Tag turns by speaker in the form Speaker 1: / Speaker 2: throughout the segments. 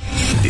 Speaker 1: The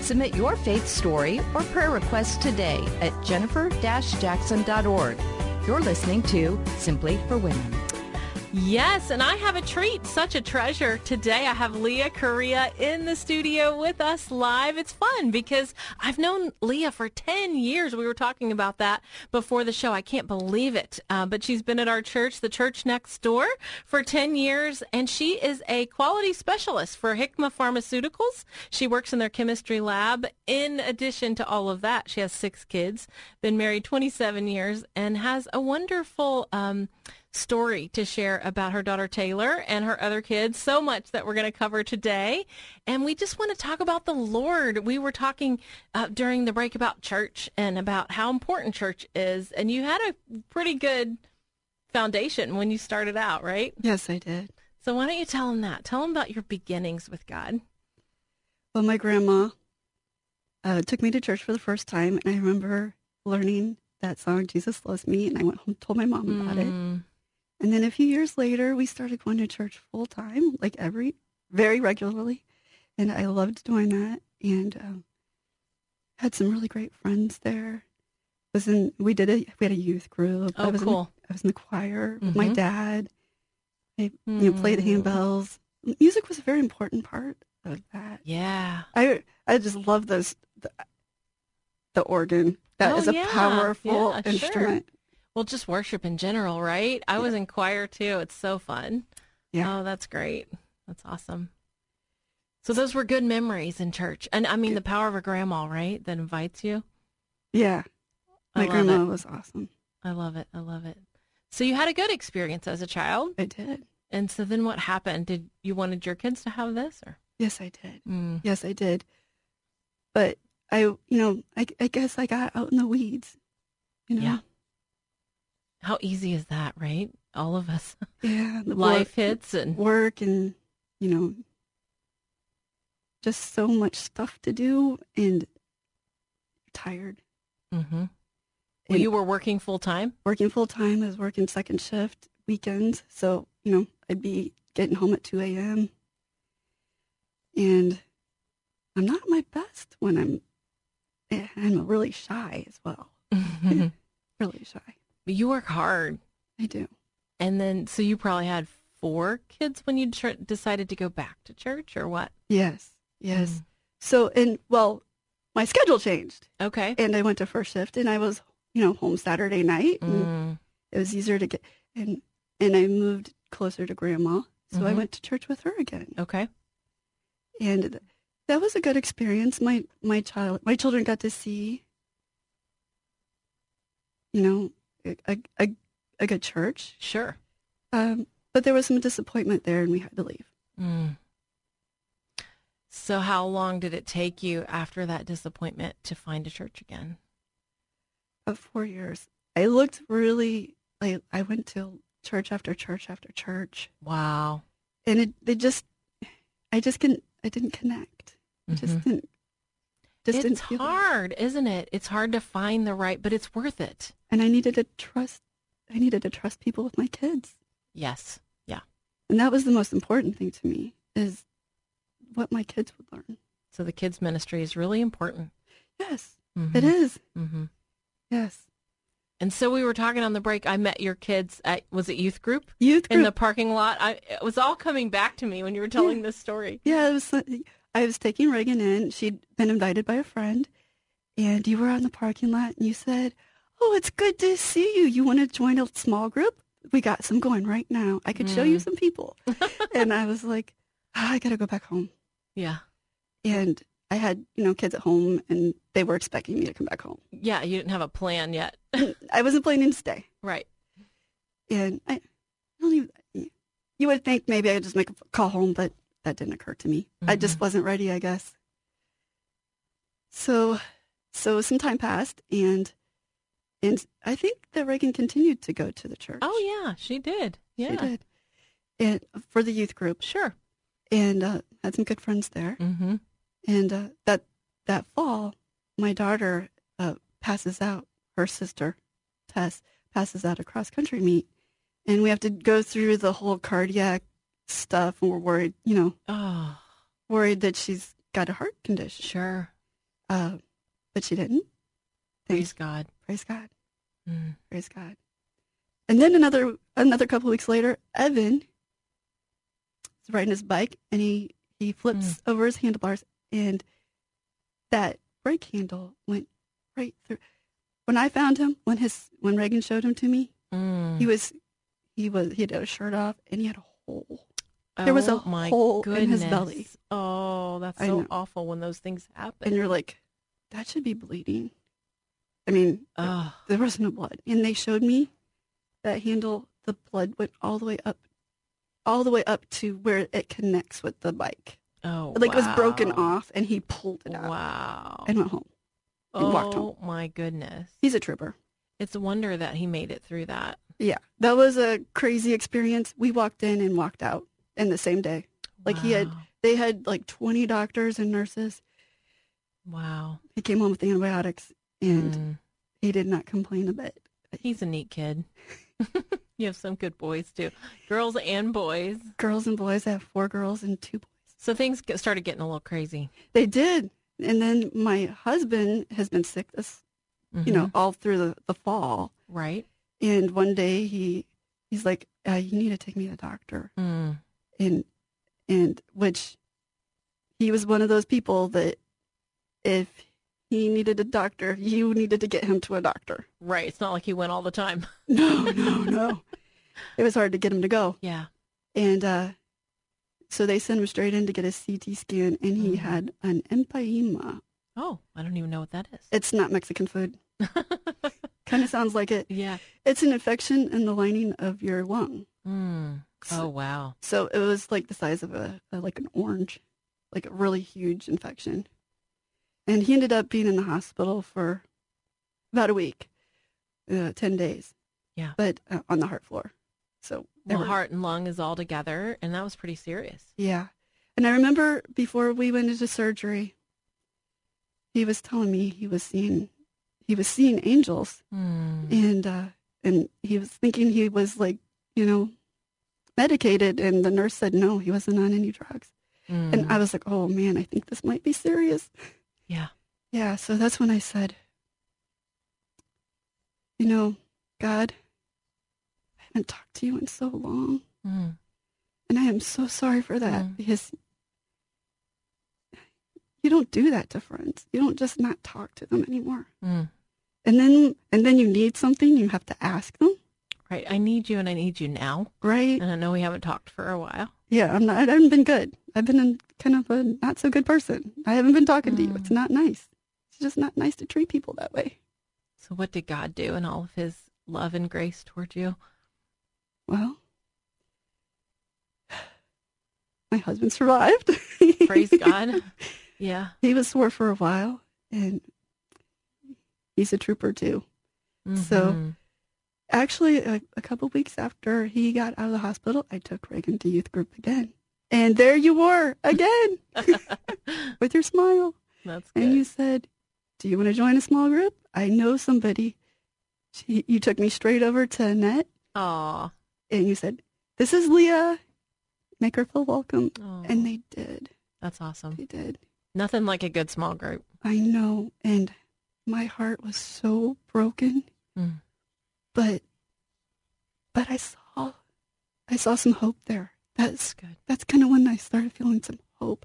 Speaker 2: Submit your faith story or prayer request today at jennifer-jackson.org. You're listening to Simply for Women.
Speaker 3: Yes, and I have a treat, such a treasure. Today I have Leah Correa in the studio with us live. It's fun because I've known Leah for 10 years. We were talking about that before the show. I can't believe it. Uh, but she's been at our church, the church next door, for 10 years, and she is a quality specialist for Hikma Pharmaceuticals. She works in their chemistry lab. In addition to all of that, she has six kids, been married 27 years, and has a wonderful, um, story to share about her daughter Taylor and her other kids. So much that we're going to cover today. And we just want to talk about the Lord. We were talking uh, during the break about church and about how important church is. And you had a pretty good foundation when you started out, right?
Speaker 4: Yes, I did.
Speaker 3: So why don't you tell them that? Tell them about your beginnings with God.
Speaker 4: Well, my grandma uh, took me to church for the first time, and I remember learning that song, Jesus Loves Me, and I went home, told my mom about
Speaker 3: Mm.
Speaker 4: it. And then a few years later, we started going to church full time, like every, very regularly. And I loved doing that and um, had some really great friends there. Was in, we did a, we had a youth group.
Speaker 3: Oh,
Speaker 4: I was In,
Speaker 3: cool.
Speaker 4: the- I was in the choir with my
Speaker 3: Mhm.
Speaker 4: dad. I you know, played the
Speaker 3: Mm.
Speaker 4: handbells. Music was a very important part of that.
Speaker 3: Yeah.
Speaker 4: I I just love those the, the organ. That
Speaker 3: Oh,
Speaker 4: is
Speaker 3: yeah,
Speaker 4: a powerful
Speaker 3: yeah, sure.
Speaker 4: instrument.
Speaker 3: Well, just worship in general, right? I was in choir too. It's so fun.
Speaker 4: Yeah.
Speaker 3: Oh, that's great. That's awesome. So those were good memories in church. And I mean, the power of a grandma, right? That invites you.
Speaker 4: Yeah.
Speaker 3: I
Speaker 4: My
Speaker 3: love
Speaker 4: grandma
Speaker 3: it.
Speaker 4: was awesome.
Speaker 3: I love it. I love it. So you had a good experience as a child.
Speaker 4: I did.
Speaker 3: And so then what happened? Did you wanted your kids to have this or?
Speaker 4: Yes, I did.
Speaker 3: Mm.
Speaker 4: Yes, I did. But I, you know, I, I guess I got out in the weeds. You know?
Speaker 3: Yeah. How easy is that, right? All of us.
Speaker 4: Yeah. The
Speaker 3: Life
Speaker 4: wor-
Speaker 3: hits and
Speaker 4: work and you know, just so much stuff to do and tired.
Speaker 3: hmm well,
Speaker 4: And
Speaker 3: you were working full time.
Speaker 4: working full time. I was working second shift weekends, so you know I'd be getting home at two a.m. And I'm not my best when I'm. and I'm really shy as well. Really shy.
Speaker 3: you work hard.
Speaker 4: I do.
Speaker 3: And then, so you probably had four kids when you tr- decided to go back to church or what?
Speaker 4: Yes. Yes. So and well, my schedule changed,
Speaker 3: Okay.
Speaker 4: and I went to first shift, and I was you know home Saturday night. And
Speaker 3: Mm.
Speaker 4: It was easier to get and and I moved closer to grandma, so I
Speaker 3: Mhm.
Speaker 4: went to church with her again.
Speaker 3: Okay.
Speaker 4: and th- that was a good experience. My my child, my children got to see, you know, a- a a, a good church.
Speaker 3: Sure.
Speaker 4: Um, but there was some disappointment there, and we had to leave.
Speaker 3: Mm. So, how long did it take you after that disappointment to find a church again?
Speaker 4: About four years, I looked really. I I went to church after church after church,
Speaker 3: Wow.
Speaker 4: and it they just, I just couldn't. I didn't connect. I
Speaker 3: Mhm.
Speaker 4: Just didn't. Just didn't
Speaker 3: It's
Speaker 4: feel it.
Speaker 3: hard, isn't it? It's hard to find the right, but it's worth it.
Speaker 4: And I needed to trust. I needed to trust people with my kids.
Speaker 3: Yes. Yeah.
Speaker 4: And that was the most important thing to me is what my kids would learn.
Speaker 3: So, the kids' ministry is really important.
Speaker 4: Yes,
Speaker 3: Mhm.
Speaker 4: it is.
Speaker 3: Mhm.
Speaker 4: Yes.
Speaker 3: And so, we were talking on the break. I met your kids at, was it youth group?
Speaker 4: Youth group.
Speaker 3: in the parking lot. I, it was all coming back to me when you were telling this story.
Speaker 4: yeah, it was, so- I was taking Reagan in. She'd been invited by a friend and you were on the parking lot and you said, oh, it's good to see you. You want to join a small group? We got some going right now. I could show
Speaker 3: Mm.
Speaker 4: you some people. and I was like, "Ah, I got to go back home.
Speaker 3: Yeah.
Speaker 4: And I had, you know, kids at home and they were expecting me to come back home.
Speaker 3: Yeah, you didn't have a plan yet.
Speaker 4: I wasn't planning to stay.
Speaker 3: right.
Speaker 4: and I, I don't even. You would think maybe I could just make a call home, but that didn't occur to me. I
Speaker 3: Mm-hmm.
Speaker 4: just wasn't ready, I guess. So, so some time passed, and and I think that Reagan continued to go to the church.
Speaker 3: Oh, yeah, she did. Yeah.
Speaker 4: she did, and uh, for the youth group,
Speaker 3: Sure.
Speaker 4: and uh, had some good friends there.
Speaker 3: Mm-hmm.
Speaker 4: And uh, that that fall, my daughter uh, passes out. Her sister, Tess, passes out a cross country meet, and we have to go through the whole cardiac stuff. And we're worried, you know,
Speaker 3: Oh,
Speaker 4: worried that she's got a heart condition.
Speaker 3: sure.
Speaker 4: Uh, but she didn't.
Speaker 3: Praise God.
Speaker 4: Praise God.
Speaker 3: Mm.
Speaker 4: Praise God. And then another another couple weeks later, Evan is riding his bike and he he flips over his handlebars and that brake handle went right through. When I found him, when his when Reagan showed him to me,
Speaker 3: Mm.
Speaker 4: he was he was he had a shirt off and he had a hole. there was
Speaker 3: Oh,
Speaker 4: a
Speaker 3: my
Speaker 4: hole
Speaker 3: goodness.
Speaker 4: in his belly.
Speaker 3: Oh, that's
Speaker 4: I
Speaker 3: so
Speaker 4: know.
Speaker 3: awful when those things happen.
Speaker 4: And you're like, that should be bleeding. I mean,
Speaker 3: Ugh.
Speaker 4: there was no blood. And they showed me that handle, the blood went all the way up, all the way up to where it connects with the bike.
Speaker 3: Oh,
Speaker 4: Like it was broken
Speaker 3: wow.
Speaker 4: off and he pulled it out
Speaker 3: Wow.
Speaker 4: and went home. and walked
Speaker 3: oh my goodness.
Speaker 4: He's a trooper.
Speaker 3: It's a wonder that he made it through that.
Speaker 4: Yeah. That was a crazy experience. We walked in and walked out in the same day. Like he had,
Speaker 3: Wow.
Speaker 4: they had like 20 doctors and nurses.
Speaker 3: Wow.
Speaker 4: He came home with antibiotics and
Speaker 3: Mm.
Speaker 4: he did not complain a bit.
Speaker 3: He's a neat kid. you have some good boys too, girls and boys.
Speaker 4: Girls and boys, I have four girls and two boys.
Speaker 3: So things get, started getting a little crazy.
Speaker 4: They did. And then my husband has been sick this, you know, all through the, the fall.
Speaker 3: Mm-hmm. right?
Speaker 4: And one day he he's like, uh, "You need to take me to the doctor."
Speaker 3: Mm.
Speaker 4: And and which he was one of those people that if he needed a doctor, you needed to get him to a doctor.
Speaker 3: Right. It's not like he went all the time.
Speaker 4: No, no, no. It was hard to get him to go.
Speaker 3: Yeah.
Speaker 4: And uh, so they sent him straight in to get a CT scan, and he
Speaker 3: Mhm.
Speaker 4: had an empyema.
Speaker 3: Oh, I don't even know what that is.
Speaker 4: It's not Mexican food. kind of sounds like it.
Speaker 3: yeah.
Speaker 4: It's an infection in the lining of your lung.
Speaker 3: Mm. Oh wow.
Speaker 4: So it was like the size of a, a like an orange, like a really huge infection. And he ended up being in the hospital for about a week, uh, ten days.
Speaker 3: Yeah.
Speaker 4: But uh, on the heart floor. So there
Speaker 3: Well,
Speaker 4: were-
Speaker 3: heart and lung is all together, and that was pretty serious.
Speaker 4: Yeah. And I remember before we went into surgery, he was telling me he was seeing he was seeing angels
Speaker 3: Mm.
Speaker 4: and uh, and he was thinking he was like you know medicated and the nurse said no he wasn't on any drugs and i was like oh man i think this might be serious
Speaker 3: Yeah.
Speaker 4: yeah so that's when i said you know god i haven't talked to you in so long
Speaker 3: Mm.
Speaker 4: and i am so sorry for that
Speaker 3: Mm.
Speaker 4: because you don't do that to friends you don't just not talk to them anymore
Speaker 3: Mm.
Speaker 4: and then and then you need something you have to ask them
Speaker 3: Right. I need you, and I need you now.
Speaker 4: right
Speaker 3: And I know we haven't talked for a while.
Speaker 4: yeah i'm not i haven't been good i've been in kind of a not so good person i haven't been talking to you
Speaker 3: Mm.
Speaker 4: it's not nice it's just not nice to treat people that way
Speaker 3: So, what did God do in all of His love and grace toward you?
Speaker 4: well my husband survived
Speaker 3: Praise God. Yeah.
Speaker 4: he was sore for a while and he's a trooper too So-
Speaker 3: Mhm.
Speaker 4: actually a, a couple weeks after he got out of the hospital i took reagan to youth group again and there you were again with your smile
Speaker 3: that's good.
Speaker 4: and you said do you want to join a small group i know somebody she, you took me straight over to annette
Speaker 3: Aw.
Speaker 4: and you said this is leah make her feel welcome
Speaker 3: Aw.
Speaker 4: and they did
Speaker 3: That's awesome.
Speaker 4: they did
Speaker 3: Nothing like a good small group.
Speaker 4: I know. And my heart was so broken.
Speaker 3: Mm.
Speaker 4: But but I saw I saw some hope there. That's
Speaker 3: That's good.
Speaker 4: that's kind of when I started feeling some hope.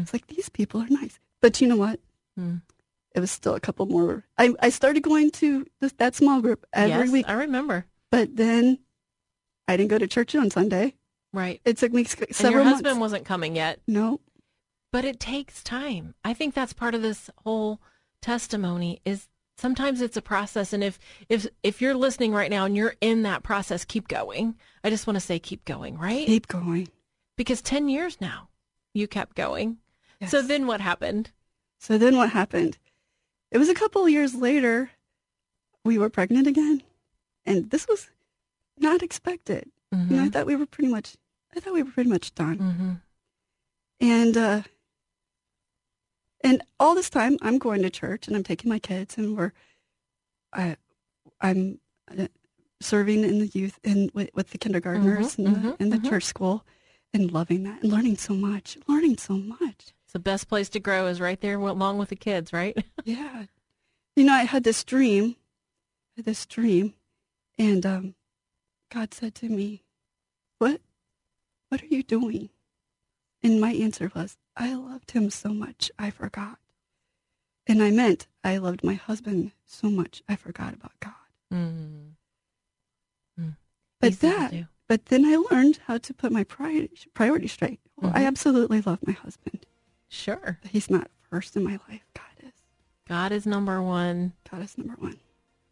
Speaker 4: It's like these people are nice. But you know what?
Speaker 3: Mm.
Speaker 4: It was still a couple more. I I started going to this, that small group every
Speaker 3: yes,
Speaker 4: week,
Speaker 3: I remember.
Speaker 4: but then I didn't go to church on Sunday.
Speaker 3: Right.
Speaker 4: It took me sc-
Speaker 3: and your
Speaker 4: several
Speaker 3: husband
Speaker 4: months.
Speaker 3: wasn't coming yet,
Speaker 4: No,
Speaker 3: but it takes time. I think that's part of this whole testimony is sometimes it's a process and if if if you're listening right now and you're in that process, keep going. I just want to say keep going, right?
Speaker 4: keep going.
Speaker 3: because 10 years now you kept going. So
Speaker 4: Yes.
Speaker 3: then what happened?
Speaker 4: So then what happened? It was a couple of years later, we were pregnant again. And this was not expected. You know, I thought we were pretty much, I thought we were pretty much done.
Speaker 3: Mm-hmm.
Speaker 4: And, uh, and all this time I'm going to church and I'm taking my kids and we're, I, I'm uh, serving in the youth and with, with the kindergartners
Speaker 3: Mhm,
Speaker 4: and the,
Speaker 3: mhm,
Speaker 4: in the
Speaker 3: mhm.
Speaker 4: church school and loving that and learning so much, learning so much.
Speaker 3: It's the best place to grow is right there along with the kids, right?
Speaker 4: Yeah. You know, I had this dream, I had this dream, and um, God said to me, "What, what are you doing?" And my answer was, "I loved him so much, I forgot." And I meant, I loved my husband so much, I forgot about God. Mm-hmm.
Speaker 3: Mm.
Speaker 4: But
Speaker 3: Easy to
Speaker 4: that,
Speaker 3: do.
Speaker 4: but then I learned how to put my priority priority straight. Well, I absolutely love my husband.
Speaker 3: Sure.
Speaker 4: but He's not first in my life. God is.
Speaker 3: God is number one.
Speaker 4: God is number one.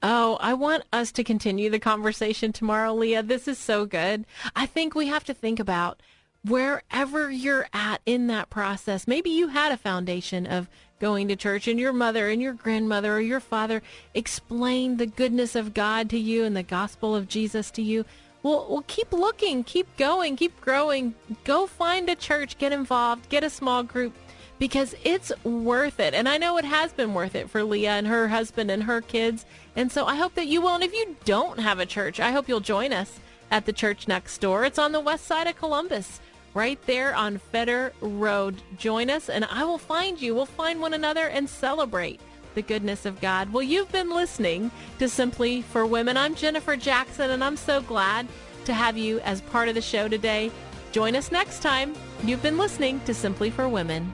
Speaker 3: Oh, I want us to continue the conversation tomorrow, Leah. This is so good. I think we have to think about wherever you're at in that process. Maybe you had a foundation of going to church and your mother and your grandmother or your father explained the goodness of God to you and the gospel of Jesus to you. Well, well, keep looking, keep going, keep growing. Go find a church, get involved, get a small group because it's worth it. And I know it has been worth it for Leah and her husband and her kids. And so I hope that you won't. If you don't have a church, I hope you'll join us at the church next door. It's on the west side of Columbus, right there on Fetter Road. Join us and I will find you. We'll find one another and celebrate the goodness of God. Well, you've been listening to Simply for Women. I'm Jennifer Jackson and I'm so glad to have you as part of the show today. Join us next time. You've been listening to Simply for Women.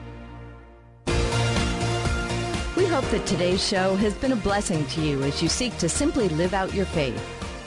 Speaker 2: We hope that today's show has been a blessing to you as you seek to simply live out your faith.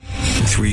Speaker 1: Three